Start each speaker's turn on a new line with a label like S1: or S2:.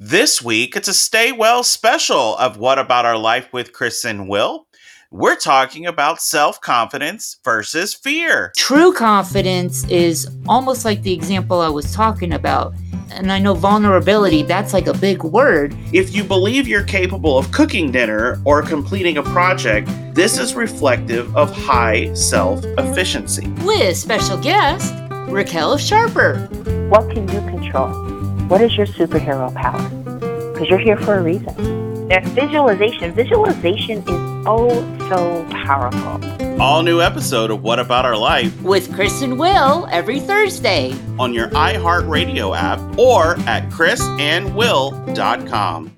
S1: This week, it's a Stay Well special of What About Our Life with Chris and Will. We're talking about self confidence versus fear.
S2: True confidence is almost like the example I was talking about. And I know vulnerability, that's like a big word.
S1: If you believe you're capable of cooking dinner or completing a project, this is reflective of high self efficiency.
S2: With special guest, Raquel Sharper.
S3: What can you control? What is your superhero power? Because you're here for a reason. There's visualization. Visualization is oh so powerful.
S1: All new episode of What About Our Life
S2: With Chris and Will every Thursday.
S1: on your iHeartRadio app or at chrisandwill.com.